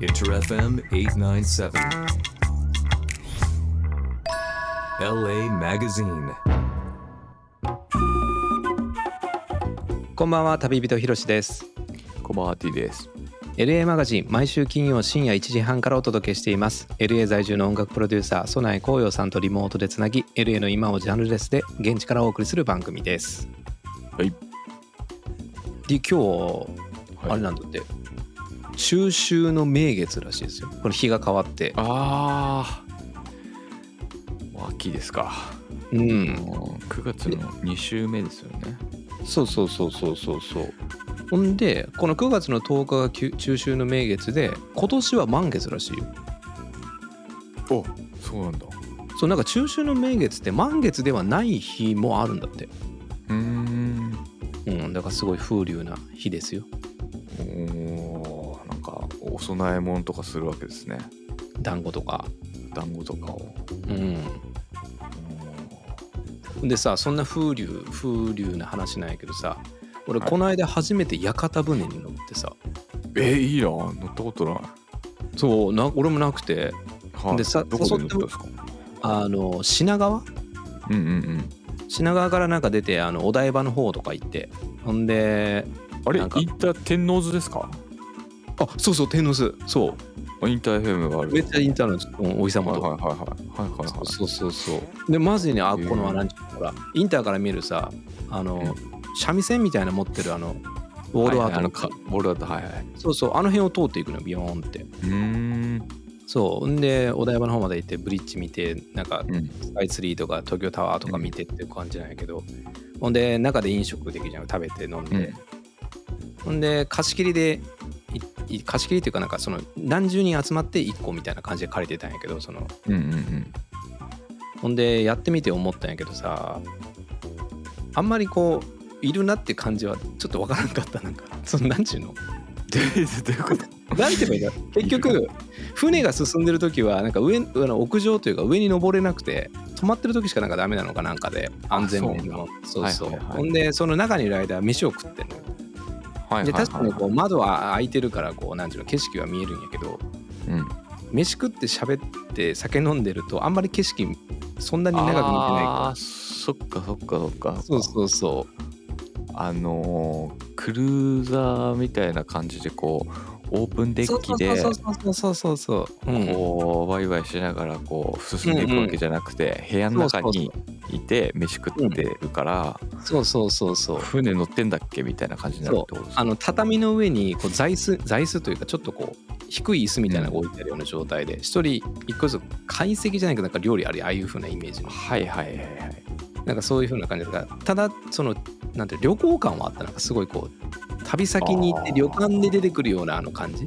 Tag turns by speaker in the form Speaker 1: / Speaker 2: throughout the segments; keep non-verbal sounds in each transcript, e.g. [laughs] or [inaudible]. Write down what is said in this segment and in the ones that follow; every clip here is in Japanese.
Speaker 1: Inter FM 897. LA Magazine.
Speaker 2: こんばんは旅人ひろしです
Speaker 3: こんばんは T です。
Speaker 2: LA マガジン毎週金曜深夜1時半からお届けしています LA 在住の音楽プロデューサーソナエ光陽さんとリモートでつなぎ LA の今をジャンルレスで現地からお送りする番組です
Speaker 3: はい
Speaker 2: で今日あれなんだって中秋の名月らしいですよこの日が変わって
Speaker 3: あーもう秋ですか。
Speaker 2: う
Speaker 3: うん9月の2週目ですよね。
Speaker 2: そうそうそうそうそうそうほんでこの9月の10日がきゅ中秋の名月で今年は満月らしいよ
Speaker 3: おそうなんだ。
Speaker 2: そうなんか中秋の名月って満月ではない日もあるんだって
Speaker 3: うーん。
Speaker 2: うんだからすごい風流な日ですよ
Speaker 3: おーなんかお供え物とかするわけですね。
Speaker 2: 団子とか
Speaker 3: 団子とかを。
Speaker 2: うん
Speaker 3: う
Speaker 2: でさそんな風流風流な話なんやけどさ俺
Speaker 3: はい
Speaker 2: この間初めて屋形船に乗ってさ、
Speaker 3: ーえいいな乗ったことない。
Speaker 2: そうな俺もなくて
Speaker 3: はい
Speaker 2: でさ
Speaker 3: どこで
Speaker 2: 誘
Speaker 3: 乗
Speaker 2: っ
Speaker 3: ってた
Speaker 2: も
Speaker 3: んですか。
Speaker 2: あの品川
Speaker 3: うんうんうん。
Speaker 2: 品川からなんか出てあのお台場の方とか行ってほんで
Speaker 3: あれ
Speaker 2: なんか
Speaker 3: インター天王洲ですか。
Speaker 2: あそうそう天王洲そ
Speaker 3: インター FM があ
Speaker 2: う
Speaker 3: る。
Speaker 2: めっちゃインターネットのお日様
Speaker 3: はい
Speaker 2: と
Speaker 3: はいはいはいはいはいはい。
Speaker 2: そうそうそうそうでまずねあ
Speaker 3: へえ
Speaker 2: この何ていうのほらインターから見えるさあの三味線みたいなの持ってるあのウォールアートの、
Speaker 3: はいはいあのかボールアートはいはい。
Speaker 2: そうそうあの辺を通っていくのビヨーンって
Speaker 3: うーん。
Speaker 2: そうんでお台場の方まで行ってブリッジ見てなんか
Speaker 3: うん。
Speaker 2: スカイツリーとか東京タワーとか見てっていう感じなんやけど、ほんで中で飲食できるじゃん食べて飲んで、ほんで貸し切りでいい貸し切りっていうかなんかその何十人集まって1個みたいな感じで借りてたんやけどその
Speaker 3: うんうんうん。
Speaker 2: ほんでやってみて思ったんやけどさあんまりこういるなって感じはちょっとわからんかったなんかそのなんちゅうの
Speaker 3: どういうこと
Speaker 2: なんて言えばいいんだろう結局船が進んでる時はなんか上あの屋上というか上に登れなくて止まってる時しかなんかダメなのかなんかで安全面のそうそう、
Speaker 3: はいはいはい
Speaker 2: ほんでその中にいる間は飯を食ってんのよ
Speaker 3: は
Speaker 2: で確かにこう窓は開いてるからこうなんていうの景色は見えるんやけど
Speaker 3: うん、
Speaker 2: 飯食って喋って酒飲んでるとあんまり景色そんなに長く見てないか
Speaker 3: あーそっかそっかそっから
Speaker 2: そうそうそう
Speaker 3: あのークルーザーみたいな感じでこうオープンデッキで
Speaker 2: そうそうそうそうそうそう、うん、
Speaker 3: こうワイワイしながらこう進んでいくわけじゃなくて、部屋の中にいて飯食ってるから、
Speaker 2: そうそうそうそう
Speaker 3: 船乗ってんだっけみたいな感じになるってことです
Speaker 2: あの畳の上にこう座椅子座椅子というかちょっとこう低い椅子みたいなのが置いてあるような状態で一、人一個ずつ懐石じゃないけどなんか料理あれああいう風なイメージの
Speaker 3: はいはいはいはい
Speaker 2: なんかそういう風な感じだからただそのなんていう旅行感はあったなんかすごいこう旅先に行って
Speaker 3: あー
Speaker 2: 旅館で出てくるようなあの感じ、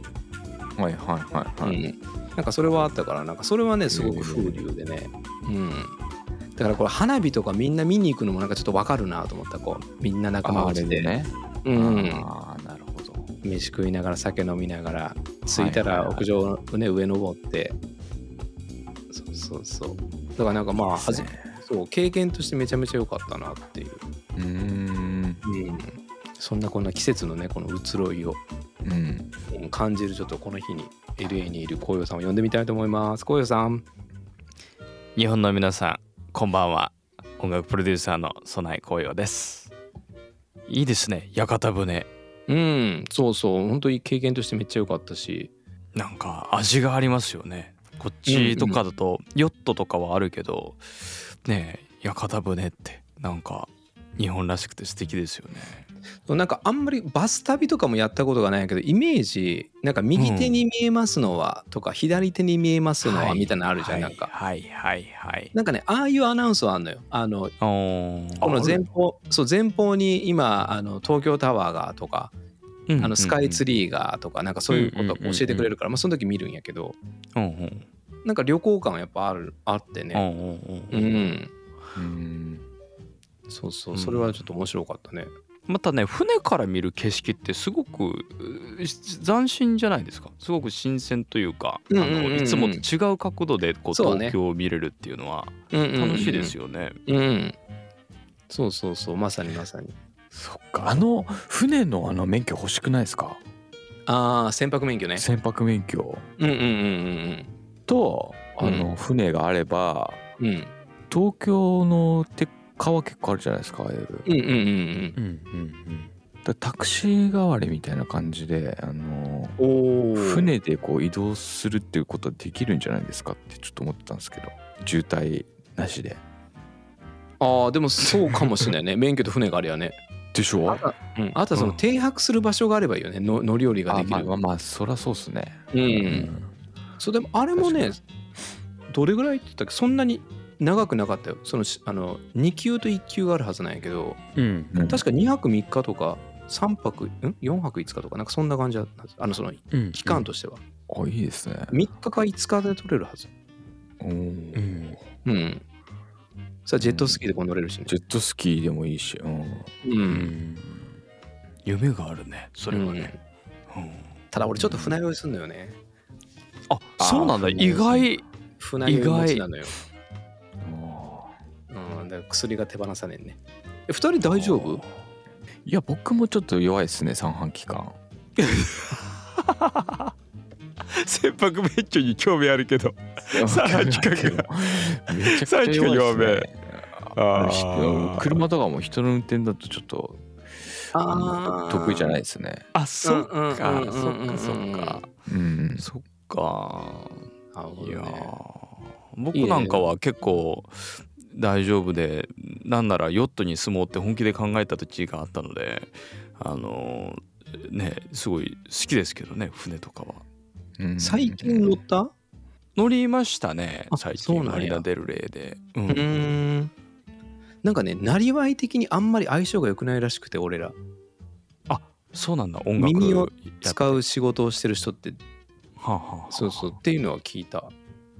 Speaker 3: はいはいはいはい、
Speaker 2: うん、なんかそれはあったからなんかそれはねすごく風流でね、うん、だからこれ花火とかみんな見に行くのもなんかちょっとわかるなと思ったこうみんな仲間
Speaker 3: あ
Speaker 2: 内
Speaker 3: れ
Speaker 2: で
Speaker 3: でね、
Speaker 2: うん、
Speaker 3: ああなるほど
Speaker 2: 飯食いながら酒飲みながら着いたら
Speaker 3: はいはいはい
Speaker 2: 屋上のね上登ってそうそうそうだからなんかまあはじ
Speaker 3: ね
Speaker 2: そう経験としてめちゃめちゃ良かったなっていう、
Speaker 3: うーん
Speaker 2: うん、そんなこんな季節のねこの移ろいを
Speaker 3: うん
Speaker 2: うん感じるちょっとこの日に LA にいる紅葉さんを呼んでみたいと思います紅葉さん
Speaker 4: 日本の皆さんこんばんは音楽プロデューサーの備え紅葉ですいいですね屋形船
Speaker 2: うんそうそう本当に経験としてめっちゃ良かったし
Speaker 4: なんか味がありますよねこっちとかだとヨットとかはあるけどねえ屋形船ってなんか日本らしくて素敵ですよね
Speaker 2: なんかあんまりバス旅とかもやったことがないけどイメージなんか右手に見えますのはとか、左手に見えますのはみたいなのあるじゃ
Speaker 4: は
Speaker 2: ん、
Speaker 4: い
Speaker 2: なんか
Speaker 4: はいはいはい
Speaker 2: なんかねああいうアナウンスはあんのよあの
Speaker 4: おー
Speaker 2: この前方そう前方に今あの東京タワーがとか、
Speaker 4: うん
Speaker 2: あのスカイツリーがとかなんかそういうことを
Speaker 4: うんうんうん
Speaker 2: 教えてくれるから、まあ、その時見るんやけど
Speaker 4: うんうん
Speaker 2: なんか旅行感はやっぱあるあって
Speaker 4: うんう
Speaker 2: ね
Speaker 4: んうん
Speaker 2: うん、
Speaker 3: うん
Speaker 2: そうそううんそれはちょっと面白かったね、
Speaker 4: またね船から見る景色ってすごくうーし斬新じゃないですかすごく新鮮というか、
Speaker 2: うんうんうんうん
Speaker 4: あのいつもと違う角度でこう
Speaker 2: そうね
Speaker 4: 東京を見れるっていうのは
Speaker 2: うんうん
Speaker 4: 楽しいです
Speaker 2: よ、
Speaker 4: よね。
Speaker 2: うん、そうそうそうまさにまさに
Speaker 3: そっかあの船のあの免許欲しくないですか
Speaker 2: ああ船舶免許ね
Speaker 3: 船舶免許
Speaker 2: うんうんうん
Speaker 3: とあの船があれば、
Speaker 2: うんうん
Speaker 3: 東京の鉄火は結構あるじゃないですかああいう
Speaker 2: うんうんうん
Speaker 4: うんうん
Speaker 3: だタクシー代わりみたいな感じであの
Speaker 2: うんおお
Speaker 3: 船でこう移動するっていうことはできるんじゃないですかってちょっと思ってたんですけど渋滞なしで
Speaker 2: ああでもそうかもしれないね免許と船があればね
Speaker 3: でしょあ
Speaker 2: うんあとはその
Speaker 4: うん
Speaker 2: 停泊する場所があればいいよねの乗り降りができ
Speaker 3: まあ
Speaker 2: る
Speaker 3: まあまあそりゃそうっすね
Speaker 2: う
Speaker 3: うん
Speaker 2: そうでもあれもねどれぐらいって言ったっけそんなに長くなかったよそのしあの2級と1級があるはずなんやけど
Speaker 4: うん
Speaker 3: うん
Speaker 2: 確か2泊3日とか3泊ん4泊5日とかなんかそんな感じだったはずあのその
Speaker 4: うん
Speaker 2: 期間としては
Speaker 3: あいいですね
Speaker 2: 3日か5日で取れるはず
Speaker 3: うん
Speaker 4: うん
Speaker 2: うんさあジェットスキーでこう乗れるしね
Speaker 3: ジェットスキーでもいいし、うん、
Speaker 2: う
Speaker 4: うんん夢があるねそれはねうん
Speaker 2: ただ俺ちょっと船酔いすんのよね
Speaker 4: あそうなんだ
Speaker 3: あー
Speaker 4: 意外
Speaker 2: 船酔い持ちなのよ
Speaker 3: あ
Speaker 2: うんだから薬が手放さねえねえ二人大丈夫
Speaker 3: ーいや僕もちょっと弱いですね三半期間
Speaker 4: 船舶免許に興味あるけど三半規管が
Speaker 3: めちゃくちゃ弱いですね
Speaker 4: あ
Speaker 3: ひ車とかも人の運転だとちょっとあの得意じゃない
Speaker 2: い
Speaker 3: ですね
Speaker 4: あそっ
Speaker 2: うんうん
Speaker 4: か
Speaker 2: うん
Speaker 4: そっ
Speaker 2: うん
Speaker 4: かそっか
Speaker 3: うん
Speaker 4: そっか
Speaker 2: なるほ
Speaker 4: い
Speaker 2: ど
Speaker 4: や
Speaker 2: ね
Speaker 4: ー僕なんかは結構大丈夫でなんならヨットに住もうって本気で考えた時があったのであのーねすごい好きですけどね船とかは
Speaker 3: うん
Speaker 2: 最近乗った
Speaker 4: 乗りましたね
Speaker 2: あ
Speaker 4: 最
Speaker 2: そう
Speaker 4: 近
Speaker 2: なんや
Speaker 4: マリナ・デルレイでう
Speaker 2: うーんなんかねなりわい的にあんまり相性が良くないらしくて俺ら
Speaker 4: そうなんだ音楽
Speaker 2: 耳を
Speaker 4: やっ
Speaker 2: 使う仕事をしてる人って
Speaker 4: はあはあはあ
Speaker 2: そうそうっていうのは聞いた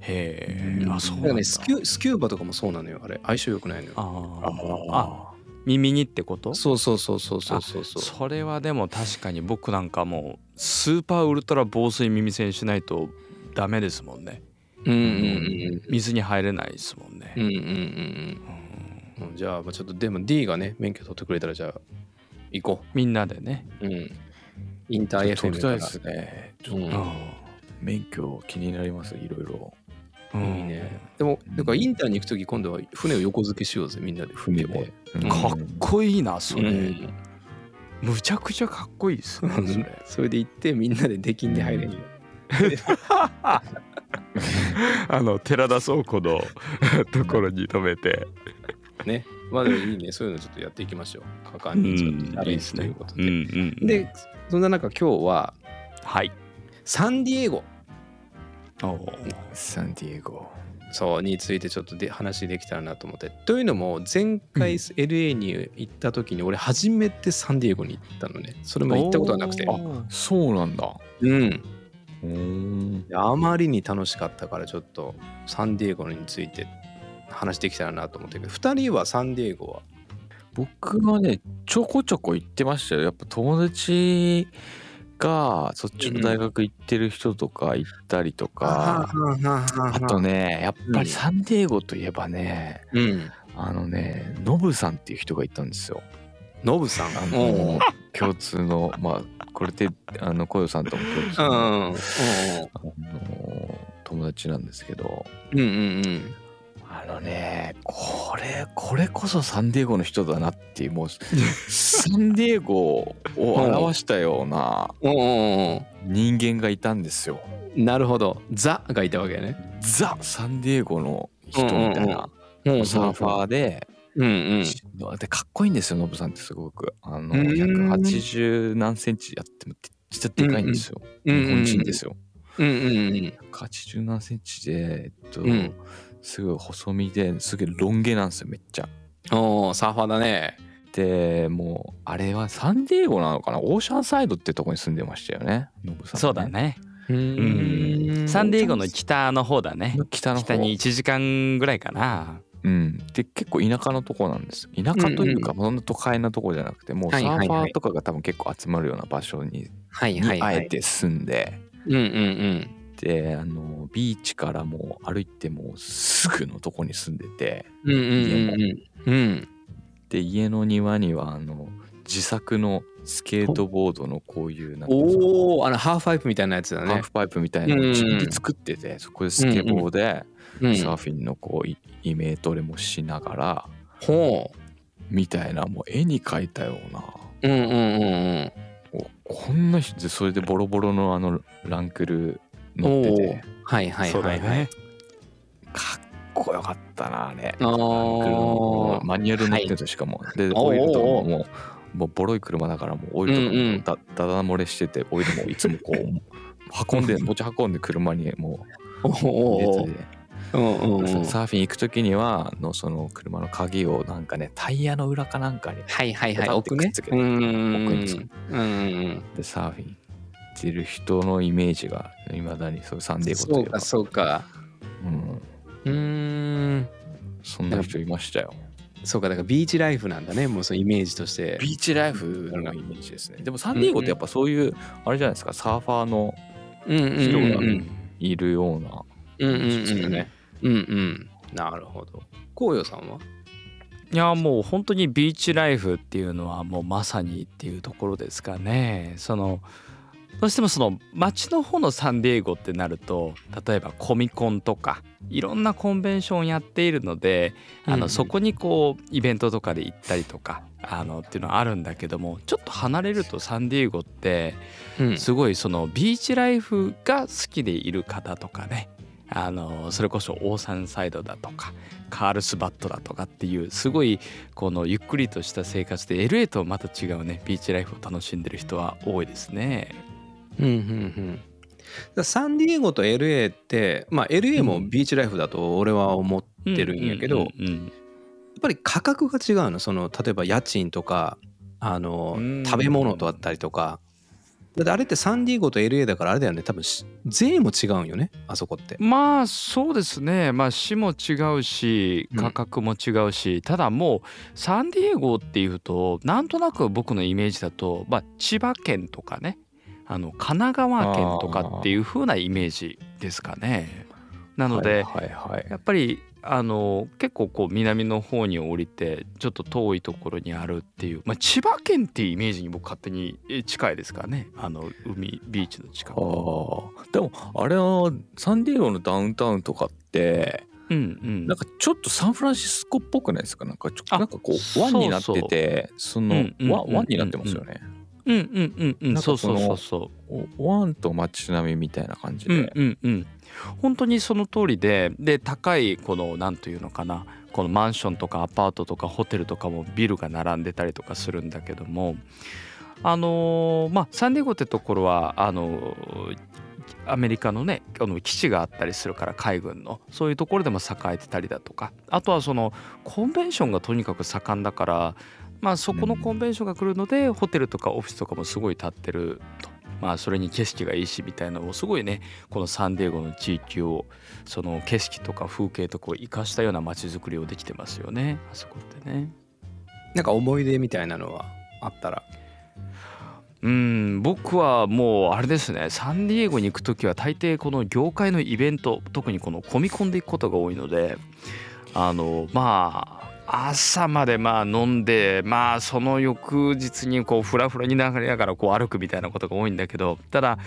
Speaker 4: へ
Speaker 3: う
Speaker 4: え
Speaker 3: ん
Speaker 4: あそうな
Speaker 2: だか
Speaker 4: ん
Speaker 2: ら
Speaker 4: だ
Speaker 2: ねスキュスキューバとかもそうなのよあれ相性良くないのよ
Speaker 4: あーあ
Speaker 3: あ
Speaker 4: 耳にってこと
Speaker 2: そうそうそうそうそうそうそう
Speaker 4: それはでも確かに僕なんかもうスーパーウルトラ防水耳栓しないとダメですもんね
Speaker 2: うんうん
Speaker 4: 水に入れないですもんね
Speaker 2: うんうんうんうん
Speaker 4: うん
Speaker 2: うんうんじゃあまあちょっとでも D がね免許取ってくれたらじゃあ行こ
Speaker 4: みんなでね
Speaker 2: ううんインター
Speaker 3: ー取
Speaker 2: FM
Speaker 3: りた
Speaker 2: か
Speaker 3: いで
Speaker 2: ら
Speaker 3: すねちょっ
Speaker 2: う
Speaker 3: と
Speaker 2: ん
Speaker 4: う
Speaker 3: 免許気になりますいろいろ
Speaker 4: ん
Speaker 2: いいねでもなんかインターに行く時今度は船を横付けしようぜみんなで
Speaker 3: 船でうん
Speaker 4: かっこいいなそれ、
Speaker 2: うん
Speaker 4: むちゃくちゃかっこいいですねそれ
Speaker 2: [laughs] それで行ってみんなで出禁で入れる、
Speaker 4: あの寺田倉庫のところに止めて
Speaker 2: ねまあでもいいねそういうのちょっとやっていきましょう果
Speaker 4: う
Speaker 2: 敢
Speaker 4: ん
Speaker 2: にちょっとチャ
Speaker 4: い
Speaker 2: レ
Speaker 4: い
Speaker 2: ン
Speaker 4: で
Speaker 2: ジ
Speaker 4: す
Speaker 2: とい
Speaker 4: ね
Speaker 2: うこと
Speaker 4: う
Speaker 2: で,、
Speaker 4: んうんうん
Speaker 2: でそんな中今日は
Speaker 4: はい
Speaker 2: サンディエゴ
Speaker 4: おー
Speaker 3: サンディエゴ
Speaker 2: そうについてちょっとで話できたらなと思ってというのも前回 LA に行った時に俺初めてサンディエゴに行ったのねそれも行ったことはなくて
Speaker 4: おー
Speaker 3: そうなんだ
Speaker 2: うん
Speaker 3: うん
Speaker 2: であまりに楽しかったからちょっとサンディエゴについて話できたらなと思ってるけど2人はサンディエゴは
Speaker 3: 僕はねちょこちょこ行ってましたよやっぱ友達がそっちの大学行ってる人とか行ったりとか、あとねやっぱりサンディエゴといえばね、
Speaker 2: うん
Speaker 3: あのねノブさんっていう人がいたんですよ
Speaker 2: ノブさん
Speaker 3: あ
Speaker 2: うん
Speaker 3: の共通のまあこれであの小夜さんとも共通
Speaker 2: う
Speaker 3: の,、
Speaker 2: んうん
Speaker 3: あの友達なんですけど
Speaker 2: うんうん
Speaker 3: あのねこれこれこそサンディエゴの人だなっていうもうサンディエゴを表したような
Speaker 2: うんうんうん
Speaker 3: 人間がいたんですよ。
Speaker 2: うんなるほどザがいたわけね
Speaker 3: ザ・サンディエゴの人みたいなサーファーで,、
Speaker 2: うんうん
Speaker 3: でかっこいいんですよノブさんってすごくあの
Speaker 2: うん
Speaker 3: 180何センチあってもめっちゃでかいんですよ、
Speaker 2: うん
Speaker 3: 日本人ですよ。
Speaker 2: うんうん
Speaker 3: 80何センチで、えっと
Speaker 2: うん
Speaker 3: すごい細身ですげえロン毛なんですよめっちゃ。
Speaker 2: うんおーサーファーだね
Speaker 3: でもうあれはサンディエゴなのかなオーシャンサイドってとこに住んでましたよねノブさん、
Speaker 4: そうだ。ね
Speaker 2: う
Speaker 4: サンディエゴの北の方だね
Speaker 3: 北の方
Speaker 4: 北に1時間ぐらいかな
Speaker 3: うん、で結構田舎のとこなんですよ田舎というか、そんな都会なとこじゃなくてもうサ
Speaker 2: はいはいは
Speaker 3: ー
Speaker 2: い
Speaker 3: ファーとかが多分結構集まるような場所に,、
Speaker 2: はいはいは
Speaker 3: あ
Speaker 2: い
Speaker 3: えて住んで
Speaker 2: うんうんうん
Speaker 3: であのビーチからもう歩いてもうすぐのとこに住んでて
Speaker 2: うんうんうんうんうん
Speaker 3: で家の庭にはあの自作のスケートボードのこういうなんかその
Speaker 2: おおあのハーフパイプみたいなやつだ
Speaker 3: ハー
Speaker 2: ね
Speaker 3: フパイプみたいなのを自分で作ってて、そこでスケボーで
Speaker 2: う
Speaker 3: サー
Speaker 2: ん
Speaker 3: フィンのこうイイメトレもしながら
Speaker 2: ほ
Speaker 3: みたいなもう絵に描いたような
Speaker 2: ううんうんうん
Speaker 3: おこんな人でそれでボロボロのあのランクル
Speaker 2: うん
Speaker 3: 乗
Speaker 2: お
Speaker 3: っ
Speaker 2: お
Speaker 3: て
Speaker 2: ー
Speaker 3: て
Speaker 2: はいはい
Speaker 4: そう
Speaker 2: は
Speaker 4: だ
Speaker 2: いはい
Speaker 4: ね
Speaker 3: かっこよかったなあれ
Speaker 2: あ
Speaker 3: 車
Speaker 2: ー
Speaker 3: マニュアル乗ってたしかも、
Speaker 2: お
Speaker 3: で
Speaker 2: うおう
Speaker 3: オイルとかももうもうボロい車だからもうオイルとか
Speaker 2: うんう
Speaker 3: も
Speaker 2: ん
Speaker 3: だ,、だだ漏れしててオイルもいつもこう運んで持ち運んで車にも
Speaker 2: おー
Speaker 3: う
Speaker 2: お
Speaker 3: 入れ
Speaker 2: ー
Speaker 3: てて
Speaker 2: うんうんうん
Speaker 3: サーフィン行く時にはあのその車の鍵をなんかねタイヤの裏かなんかに
Speaker 2: はいはいはい
Speaker 3: こう
Speaker 2: 奥
Speaker 3: や
Speaker 2: ね
Speaker 3: ってくっつけて
Speaker 2: うんうんう
Speaker 3: 奥につ
Speaker 2: んうん
Speaker 3: でサーフィン行ってる人のイメージがいまだにそうサン
Speaker 2: う
Speaker 3: デ
Speaker 2: ん
Speaker 3: ー
Speaker 2: そ
Speaker 3: ゴ
Speaker 2: う
Speaker 3: とか
Speaker 2: かそうか
Speaker 3: うん、
Speaker 2: うーん
Speaker 3: そんな人いましたよ
Speaker 2: そうかだからビーチライフなんだねもうそのイメージとして
Speaker 3: ビーチライフのイメージですねでもサンディエゴってやっぱそういうあれじゃないですかサーファーの
Speaker 2: うんうん
Speaker 3: 広
Speaker 2: うん
Speaker 3: が
Speaker 2: うん
Speaker 3: るいるような
Speaker 2: うんうん
Speaker 3: そうです
Speaker 2: う
Speaker 3: よ
Speaker 2: ん
Speaker 3: ね
Speaker 2: うんうんなるほど紅葉さんはい
Speaker 4: やもう本当にビーチライフっていうのはもうまさにっていうところですかねそのどうしてもその街の方のサンディエゴってなると例えばコミコンとかいろんなコンベンションやっているのであ
Speaker 2: うんう
Speaker 4: の
Speaker 2: ん
Speaker 4: そこにこうイベントとかで行ったりとかあのっていうのはあるんだけどもちょっと離れるとサンディエゴって
Speaker 2: うん
Speaker 4: すごいそのビーチライフが好きでいる方とかねあのそれこそオーサンサイドだとかカールスバットだとかっていうすごいこのゆっくりとした生活で LA とまた違うねビーチライフを楽しんでる人は多いですね。
Speaker 2: うんうんうんだからサンディエゴと LA ってまあ LA もビーチライフだと俺は思ってるんやけど、や
Speaker 4: うん
Speaker 2: っぱり価格が違うのその例えば家賃とかあの
Speaker 4: うん
Speaker 2: 食べ物とあったりとかだってあれってサンディエゴと LA だからあれだよね多分し税も違うんよねあそこって
Speaker 4: まあそうですねまあ市も違うし
Speaker 2: うん
Speaker 4: 価格も違うし、ただもうサンディエゴっていうとなんとなく僕のイメージだと、まあ、千葉県とかねあの神奈川県とかっていう風なイメージですかね。なので、
Speaker 3: はいはいはい
Speaker 4: やっぱりあの結構こう南の方に降りてちょっと遠いところにあるっていう、まあ、千葉県っていうイメージに僕勝手にえ近いですからねあの海ビーチの近
Speaker 3: あ
Speaker 4: く。
Speaker 3: ーでもあれはサンディエゴのダウンタウンとかって
Speaker 4: うんうん
Speaker 3: なんかちょっとサンフランシスコっぽくないですかなんかちょ
Speaker 4: あ
Speaker 3: なんかこう
Speaker 4: そう
Speaker 3: 湾になっててその
Speaker 4: うんうん
Speaker 3: わ
Speaker 4: うん
Speaker 3: 湾になってますよね
Speaker 4: うんうんうんうん
Speaker 3: なん
Speaker 4: そ
Speaker 3: か
Speaker 4: う
Speaker 3: そ
Speaker 4: そう
Speaker 3: の
Speaker 4: そうそ
Speaker 3: お湾と街並みみたいな感じ
Speaker 4: うう
Speaker 3: で、
Speaker 4: んうんうん本当にその通りでで高いこのなんというのかなこのマンションとかアパートとかホテルとかもビルが並んでたりとかするんだけどもあのーまあサンディエゴってところはあのーアメリカのねあの基地があったりするから海軍のそういうところでも栄えてたりだとかあとはそのコンベンションがとにかく盛んだから、まあ、そこのコンベンションが来るので、ホテルとかオフィスとかもすごい建ってると、まあ、それに景色がいいしみたいなのをすごいねこのサンディエゴの地域をその景色とか風景とかを生かしたような街づくりをできてますよねあそこってね。
Speaker 2: なんか思い出みたいなのはあったら
Speaker 4: うん僕はもうあれですねサンディエゴに行く時は大抵この業界のイベント特にこの込み込んでいくことが多いのであのまあ朝までまあ飲んでまあその翌日にこうフラフラに流れながらこう歩くみたいなことが多いんだけどただ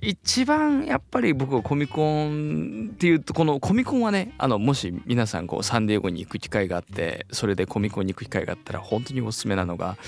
Speaker 4: 一番やっぱり僕はコミコンっていうとこのコミコンはねあのもし皆さんこうサンディエゴに行く機会があってそれでコミコンに行く機会があったら本当におすすめなのが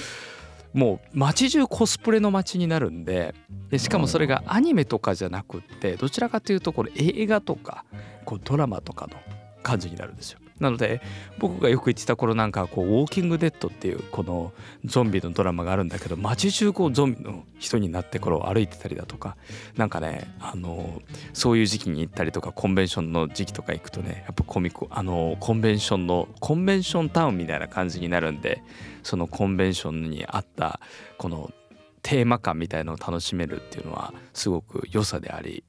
Speaker 4: もう街中コスプレの街になるんででしかもそれがアニメとかじゃなくってどちらかというとこれ映画とかこうドラマとかの感じになるんですよ。なので僕がよく行ってた頃なんかはこう「ウォーキング・デッド」っていうこのゾンビのドラマがあるんだけど街中こうゾンビの人になってこう歩いてたりだとかなんかねあのそういう時期に行ったりとかコンベンションの時期とか行くとねやっぱコミコあのコンベンションのコンベンションタウンみたいな感じになるんでそのコンベンションに合ったこのテーマ感みたいのを楽しめるっていうのはすごく良さであり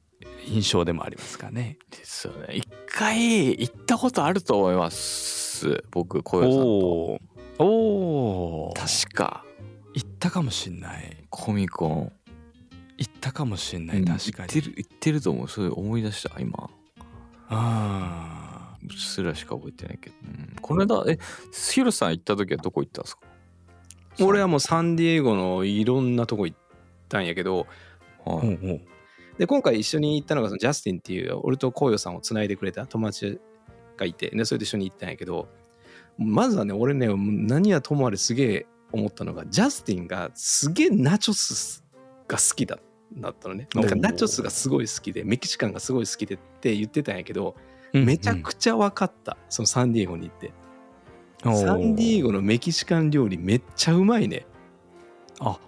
Speaker 4: 印象でもありますかね。
Speaker 3: ですよね一回行ったことあると思います僕小
Speaker 4: お
Speaker 3: 夜さんと
Speaker 4: おーおー
Speaker 3: 確か
Speaker 4: 行ったかもしんない
Speaker 3: コミコン
Speaker 4: 行ったかもしんな
Speaker 3: う
Speaker 4: い
Speaker 3: ん
Speaker 4: 確か
Speaker 3: 行
Speaker 4: に
Speaker 3: ってる行ってると思うそれ思い出した今
Speaker 4: あ
Speaker 3: うっすらしか覚えてないけど、うんこの間えヒロさん行った時はどこ行ったんですか
Speaker 4: ー
Speaker 2: 俺はもうサンディエゴのいろんなとこ行ったんやけど
Speaker 3: は
Speaker 4: うんう
Speaker 3: い
Speaker 4: ん
Speaker 2: で今回一緒に行ったのがそのジャスティンっていう俺と紅葉さんをつないでくれた友達がいてでそれで一緒に行ったんやけどまずはね俺ねもう何やともあれすげえ思ったのがジャスティンがすげえナチョスが好きだだったのねなんか
Speaker 4: おー
Speaker 2: ナチョスがすごい好きでメキシカンがすごい好きでって言ってたんやけど
Speaker 4: うん
Speaker 2: めちゃくちゃ分かった、そのサンディエゴに行って
Speaker 4: おー
Speaker 2: サンディエゴのメキシカン料理めっちゃうまいね
Speaker 4: あ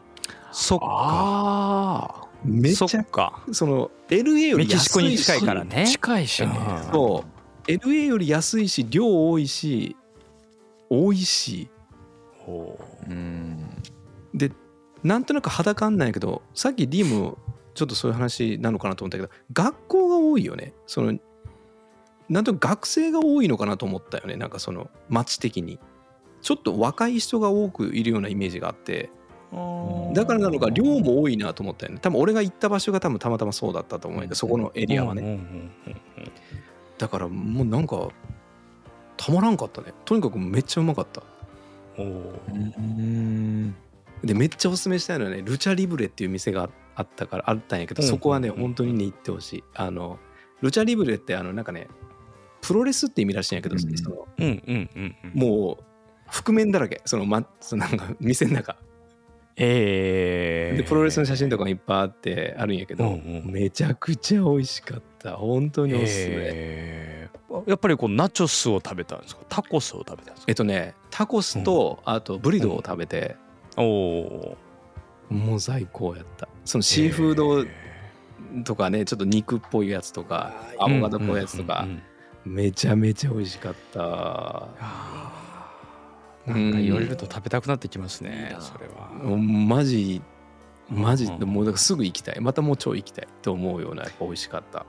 Speaker 4: そっか
Speaker 3: あ
Speaker 2: めち
Speaker 4: そ
Speaker 2: ゃ
Speaker 4: っか
Speaker 2: その LA よ
Speaker 4: メ
Speaker 2: り
Speaker 4: キシコ
Speaker 2: 安
Speaker 4: に
Speaker 2: い
Speaker 4: 近い
Speaker 2: し
Speaker 4: からね
Speaker 3: あ近いしね
Speaker 4: うん
Speaker 2: そう LA より安いし量多いし多いし
Speaker 4: お
Speaker 3: うん
Speaker 2: でなんとなく肌感ないけどさっき D もちょっとそういう話なのかなと思ったけど学校が多いよねそのなんとなく学生が多いのかなと思ったよねなんかその街的にちょっと若い人が多くいるようなイメージがあって
Speaker 4: ー
Speaker 2: だからなのか量も多いなと思ったよね多分俺が行った場所が多分たまたまそうだったと思うんやけどそこのエリアはね
Speaker 4: うんうんうん
Speaker 2: だからもうなんかたまらんかったねとにかくめっちゃうまかった
Speaker 4: うんおー
Speaker 3: うん
Speaker 2: でめっちゃおすすめしたいのはねルチャリブレっていう店があったからあったんやけど
Speaker 4: うん
Speaker 2: そこはね
Speaker 4: うん
Speaker 2: 本当にね行ってほしいあのルチャリブレってあのなんかねプロレスって意味らしいんやけど、
Speaker 3: うん
Speaker 2: その
Speaker 4: うんうんうんうん
Speaker 2: もう覆面だらけその,、ま、そのなんか店の中
Speaker 4: えー
Speaker 2: でプロレスの写真とかもいっぱいあってあるんやけど、
Speaker 4: うんうん
Speaker 2: めちゃくちゃ美味しかった本当におすすめ、
Speaker 4: えーやっぱりこうナチョスを食べたんですかタコスを食べたんです
Speaker 2: え
Speaker 4: か
Speaker 2: っとねタコスと、あとブリドーを食べて、
Speaker 4: おお
Speaker 2: もう最高やったそのシーフードとかねちょっと肉っぽいやつとかアボカドっぽいやつとか、めちゃめちゃ美味しかった
Speaker 4: なんか言われると食べたくなってきますね、
Speaker 3: うん
Speaker 4: それは、
Speaker 2: もうマジマジ
Speaker 4: うん
Speaker 2: もうだからすぐ行きたいまたもう超行きたいと思うようなやっぱ美味しかった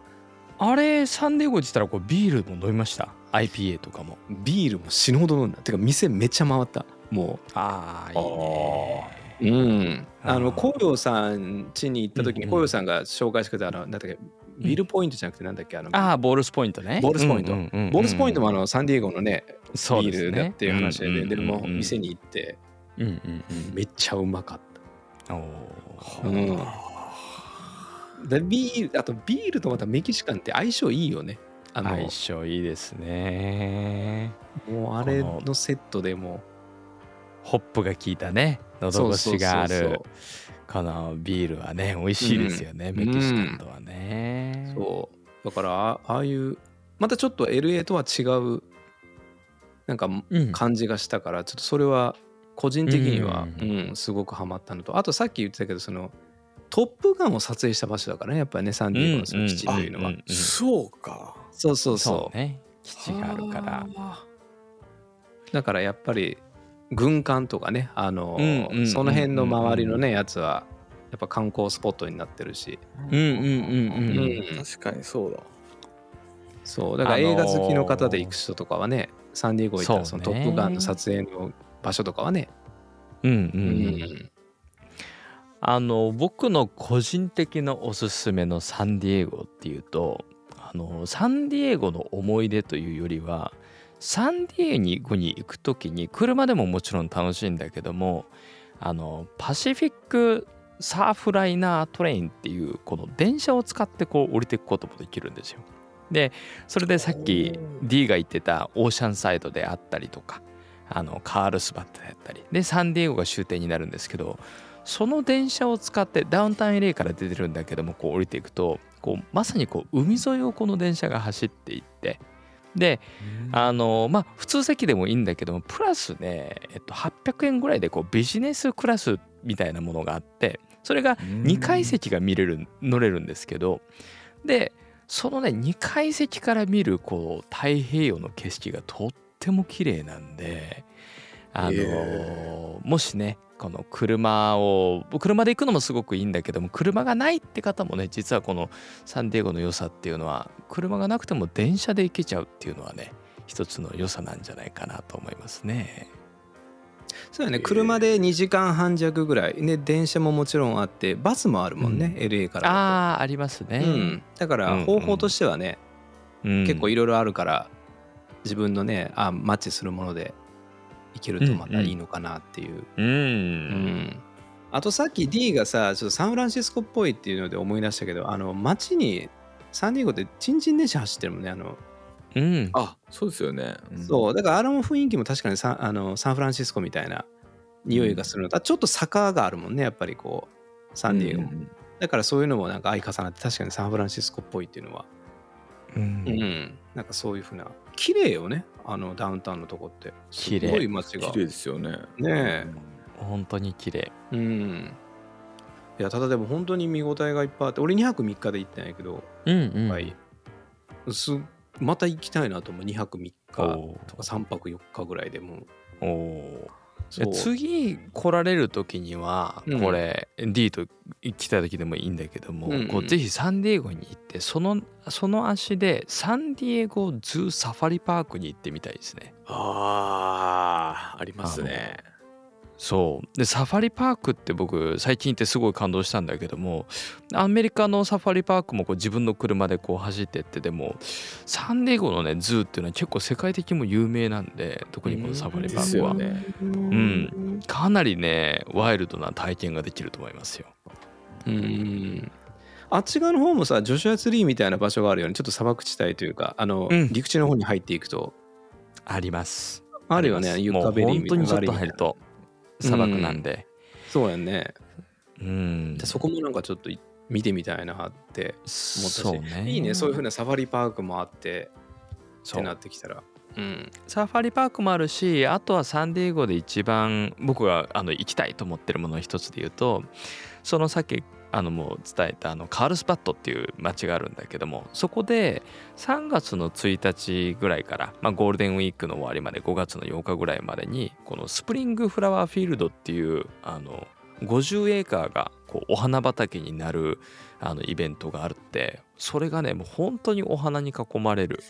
Speaker 4: あれサンデーゴ行ってたらこうビールも飲みました IPA とかも
Speaker 2: ビールも死ぬほど飲んだてか店めっちゃ回ったも
Speaker 4: ああいいね
Speaker 2: ううんあの
Speaker 4: あー
Speaker 2: 紅葉さん家に行った時に
Speaker 4: うんうん
Speaker 2: 紅葉さんが紹介してくれたあのなんだっけビールポイントじゃなくてなんだっけあの
Speaker 4: ああボールスポイントね
Speaker 2: ボールスポイント
Speaker 4: うんうんうんうん
Speaker 2: ボールスポイントもあのサンディエゴのね
Speaker 4: そう
Speaker 2: ビ
Speaker 4: です
Speaker 2: ール
Speaker 4: ね
Speaker 2: だっていう話で、
Speaker 4: んんん
Speaker 2: でも
Speaker 4: うん
Speaker 2: 店に行って
Speaker 4: うんうん
Speaker 2: めっちゃうまかっ
Speaker 4: うん
Speaker 2: た、うん、でビールあとビールとまたメキシカンって相性いいよねあの
Speaker 4: 相性いいですね
Speaker 2: もうあれのセットでも
Speaker 4: ホップが効いたね喉越しがあるこのビールはね美味しいですよね、メキシカンとはね、
Speaker 2: そうだからあああいうまたちょっと LA とは違うなんか
Speaker 4: うん
Speaker 2: 感じがしたからちょっとそれは個人的には、
Speaker 4: う
Speaker 2: うんんすごくハマったのとあとさっき言ってたけどその「トップガン」を撮影した場所だからねやっぱりねサンディエゴのその基地というのは、
Speaker 4: んんん
Speaker 3: そうか
Speaker 2: そうそうそう
Speaker 4: そうね基地があるから
Speaker 2: だからやっぱり軍艦とかねあの、
Speaker 4: うんうん
Speaker 2: その辺の周りのねやつはやっぱ観光スポットになってるし
Speaker 4: うんうんうんうん
Speaker 2: うん
Speaker 3: 確かにそうだ
Speaker 2: そうだから
Speaker 4: あのー
Speaker 2: 映画好きの方で行く人とかはね、サンディエゴ行ったらそ
Speaker 4: そう
Speaker 2: の
Speaker 4: ね
Speaker 2: トップガンの撮影の場所とかはね
Speaker 4: うんう
Speaker 2: うん
Speaker 4: あの僕の個人的なおすすめのサンディエゴっていうとあのサンディエゴの思い出というよりはサンディエゴに行く時に車でももちろん楽しいんだけどもあのパシフィックサーフライナートレインっていうこの電車を使ってこう降りていくこともできるんですよ。でそれでさっき D が言ってたオーシャンサイドであったりとかあのカールスバットであったりでサンディエゴが終点になるんですけどその電車を使ってダウンタウン LA から出てるんだけどもこう降りていくとこうまさにこう海沿いをこの電車が走っていってであのまあ普通席でもいいんだけどもプラスね、えっと、800円ぐらいでこうビジネスクラスみたいなものがあってそれが2階席が見れる乗れるんですけどでそのね2階席から見るこう太平洋の景色がとっても綺麗なんであの、
Speaker 3: へ
Speaker 4: もしねこの車を車で行くのもすごくいいんだけども車がないって方もね実はこのサンディエゴの良さっていうのは車がなくても電車で行けちゃうっていうのはね一つの良さなんじゃないかなと思いますね。
Speaker 2: そうだね車で2時間半弱ぐらいで電車ももちろんあってバスもあるもんね、LA からだ
Speaker 4: あああります
Speaker 2: と
Speaker 4: ね。
Speaker 2: うん、だから方法としてはね、
Speaker 4: うん
Speaker 2: 結構いろいろあるから自分のねあマッチするものでいけるとまたいいのかなっていう。
Speaker 3: う。
Speaker 2: うんんあとさっき D がさちょっとサンフランシスコっぽいっていうので思い出したけどあの街にサンディエゴってチンチン電車走ってるもんねあの、
Speaker 4: うん
Speaker 3: あ、そうですよね。
Speaker 2: そうだからあの雰囲気も確かにサンあのサンフランシスコみたいな匂いがするのとちょっと坂があるもんねやっぱりこうサンディエゴも、
Speaker 3: うん
Speaker 2: だからそういうのもなんか相重なって確かにサンフランシスコっぽいっていうのは
Speaker 4: うん
Speaker 2: うん、なんかそういうふうな綺麗よねあのダウンタウンのとこって
Speaker 4: 綺麗
Speaker 2: すごい街が
Speaker 3: 綺麗ですよね。
Speaker 2: ね
Speaker 4: 本当に綺麗
Speaker 2: えうんいやただでも本当に見応えがいっぱいあって俺2泊3日で行ってないけど、
Speaker 4: うんうん
Speaker 2: はいすまた行きたいなと思う2泊3日
Speaker 4: お
Speaker 2: とか3泊4日ぐらいでもう
Speaker 4: ーおー
Speaker 2: そう
Speaker 4: 次来られる時には
Speaker 2: うん
Speaker 4: これ D と来た時でもいいんだけども、
Speaker 2: うんうん
Speaker 4: こうぜひサンディエゴに行ってそのその足でサンディエゴズーサファリパークに行ってみたいですね。
Speaker 3: ああ、ありますね。
Speaker 4: そうでサファリパークって僕最近行ってすごい感動したんだけどもアメリカのサファリパークもこう自分の車でこう走ってってでもサンディエゴのねズーっていうのは結構世界的にも有名なんで特にこのサファリ
Speaker 3: で
Speaker 4: パ
Speaker 3: す
Speaker 4: ーク
Speaker 3: よ
Speaker 4: は、
Speaker 3: ね。
Speaker 4: うん、かなりねワイルドな体験ができると思いますよ。
Speaker 2: うんあっち側の方もさジョシュアツリーみたいな場所があるよねちょっと砂漠地帯というかあの、
Speaker 4: うん
Speaker 2: 陸地の方に入っていくと
Speaker 4: あります。
Speaker 2: あるよね
Speaker 4: り
Speaker 2: ユ
Speaker 4: ます
Speaker 2: ッカベリー
Speaker 4: もう本
Speaker 2: みた
Speaker 4: 当
Speaker 2: い
Speaker 4: にちょっと
Speaker 2: な
Speaker 4: 入ると砂漠なんで。
Speaker 2: そうやんね
Speaker 4: うん。
Speaker 2: でそこもなんかちょっとい見てみたいなって思ったし
Speaker 4: そうね。
Speaker 2: いいねそういう風なサファリパークもあってっ
Speaker 4: そ
Speaker 2: てな
Speaker 4: う
Speaker 2: ってきたらうん
Speaker 4: サファリパークもあるしあとはサンディエゴで一番僕があの行きたいと思ってるものの一つで言うとそのさっきあのもう伝えたあのカールスパットっていう町があるんだけどもそこで3月の1日ぐらいから、まあ、ゴールデンウィークの終わりまで5月の8日ぐらいまでにこのスプリングフラワーフィールドっていうあの50エーカーがこうお花畑になるあのイベントがあるってそれがねもう本当にお花に囲まれる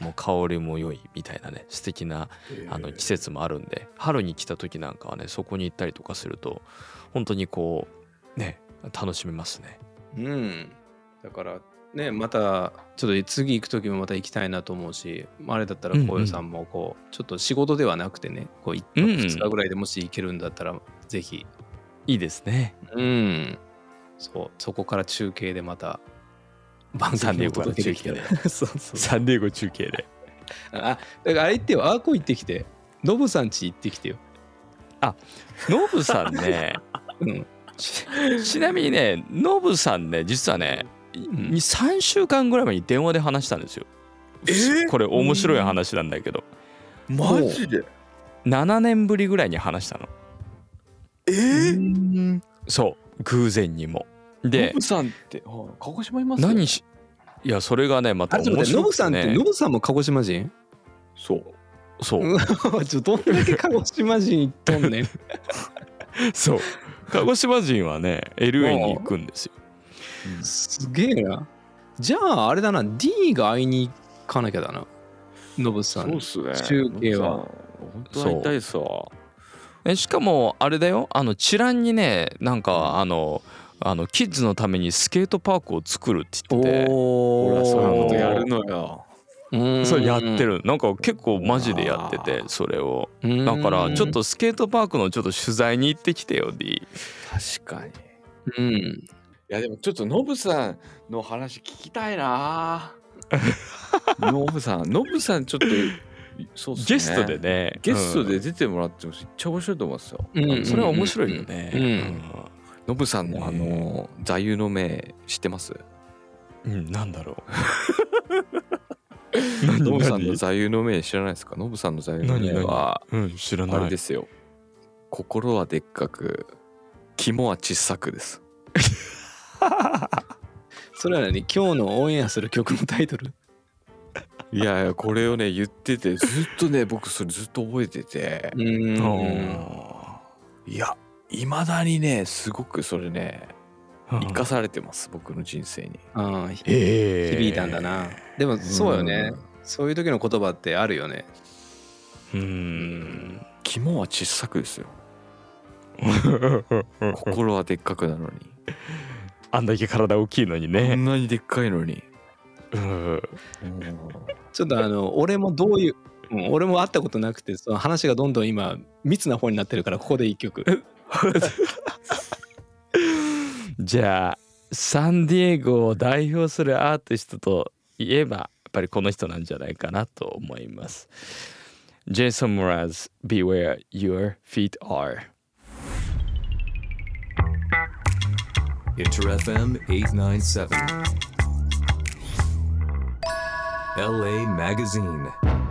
Speaker 4: もう香りも良いみたいなね素敵なあの季節もあるんで春に来た時なんかはねそこに行ったりとかすると本当にこうね楽しめますね。
Speaker 2: うんだからねまたちょっと次行く時もまた行きたいなと思うしあれだったら
Speaker 4: うんうん
Speaker 2: こうよさんもこうちょっと仕事ではなくてねこう1
Speaker 4: う
Speaker 2: 泊
Speaker 4: んうん
Speaker 2: 2日ぐらいでもし行けるんだったらぜひ
Speaker 4: いいですね。
Speaker 2: うんそうそこから中継でまた晩
Speaker 4: サン
Speaker 2: 餐
Speaker 4: ディ
Speaker 2: で
Speaker 4: エ
Speaker 2: お
Speaker 4: ゴから
Speaker 2: 届け
Speaker 4: 中
Speaker 2: できた
Speaker 4: 継
Speaker 2: ら
Speaker 4: で。
Speaker 2: そう [laughs] そう
Speaker 4: サンディエゴ中継で。
Speaker 2: あだからあれ行ってよアーコ行ってきてノブさん家行ってきてよ
Speaker 4: ノブさん [laughs] ね
Speaker 2: うん
Speaker 4: ちちなみにねノブさんね実はね
Speaker 2: ん
Speaker 4: 3週間ぐらい前に電話で話したんですよ。
Speaker 3: えー
Speaker 4: これ面白い話なんだけど
Speaker 3: マジで
Speaker 4: 7年ぶりぐらいに話したの。
Speaker 3: えー
Speaker 4: そう偶然にも。
Speaker 3: ノ
Speaker 4: で
Speaker 3: ブさんって、はい鹿児島いますよ
Speaker 4: 何しいやそれがねま
Speaker 2: あ
Speaker 4: た
Speaker 2: れ
Speaker 4: 面
Speaker 2: ちょ
Speaker 4: 白
Speaker 2: っ
Speaker 4: く
Speaker 2: と待
Speaker 4: て、
Speaker 2: って
Speaker 4: ね、
Speaker 2: ノブさんってノブさんも鹿児島人
Speaker 3: そう。
Speaker 4: そう
Speaker 2: [laughs] ちょどんだけ鹿児島人行っとんねん。
Speaker 4: そう鹿児島人はね LA に行くんですよ
Speaker 2: すげえな。じゃああれだな、D が会いに行かなきゃだな。ノブさ
Speaker 3: そうんっ。すね。
Speaker 2: 中継は
Speaker 3: ノブさん。本当会いたいですわ。
Speaker 4: えしかもあれだよあのチランにねなんかあのあのキッズのためにスケートパークを作るって言ってて
Speaker 2: お
Speaker 3: ほら、そういうことやる
Speaker 2: の
Speaker 3: のよ。
Speaker 4: それやって。るなんか結構マジでやっててそれを
Speaker 2: うん
Speaker 4: だからちょっ、とスケートパークのちょっと取材に行ってきてよ D
Speaker 3: 確かに。い
Speaker 2: うん、
Speaker 3: や、でもちょっとノブさんの話聞きたい [laughs] な。ノブさん、ノブさんちょっと、そうっすね。
Speaker 4: ゲストで。ね
Speaker 3: ゲスト
Speaker 4: う
Speaker 3: で
Speaker 4: ん
Speaker 3: 出てもらってもめっちゃ面白いと思いますよ。
Speaker 2: うん
Speaker 4: それは面白いよね
Speaker 2: うん
Speaker 3: ノブさんのあの座右の銘知ってます
Speaker 4: うんうんなんだろう
Speaker 3: ノブさんの
Speaker 4: 何
Speaker 3: 座右の銘知らないですかノブさんの座右の銘は
Speaker 4: うん知ら
Speaker 3: あ
Speaker 4: な
Speaker 3: れ
Speaker 4: い
Speaker 3: ですよ心はでっかく肝は小さくです
Speaker 2: それは何今日のオンエアする曲のタイトル
Speaker 3: [laughs] い [laughs] やいやこれをね言っててずっとね僕それずっと覚えてて
Speaker 2: う
Speaker 4: うん
Speaker 3: いやいまだにねすごくそれね生か
Speaker 4: す
Speaker 3: されてます僕の人生に
Speaker 2: ああ響
Speaker 4: え
Speaker 2: いたんだな。でもそうよね。そういう時の言葉ってあるよね。
Speaker 4: うーん
Speaker 3: 肝は小さくですよ心はでっかくなのに
Speaker 4: [laughs] あんだけ体大きいのに
Speaker 3: こ
Speaker 4: ね
Speaker 3: んなにでっかいのに
Speaker 4: うん
Speaker 2: ちょっとあの、俺もどういう、うん俺も会ったことなくてその話がどんどん今密な方になってるからここで一曲
Speaker 4: じゃあサンディエゴを代表するアーティストといえばやっぱりこの人なんじゃないかなと思います。Jason Mraz Beware Your Feet Are
Speaker 1: Inter FM 897. LA Magazine.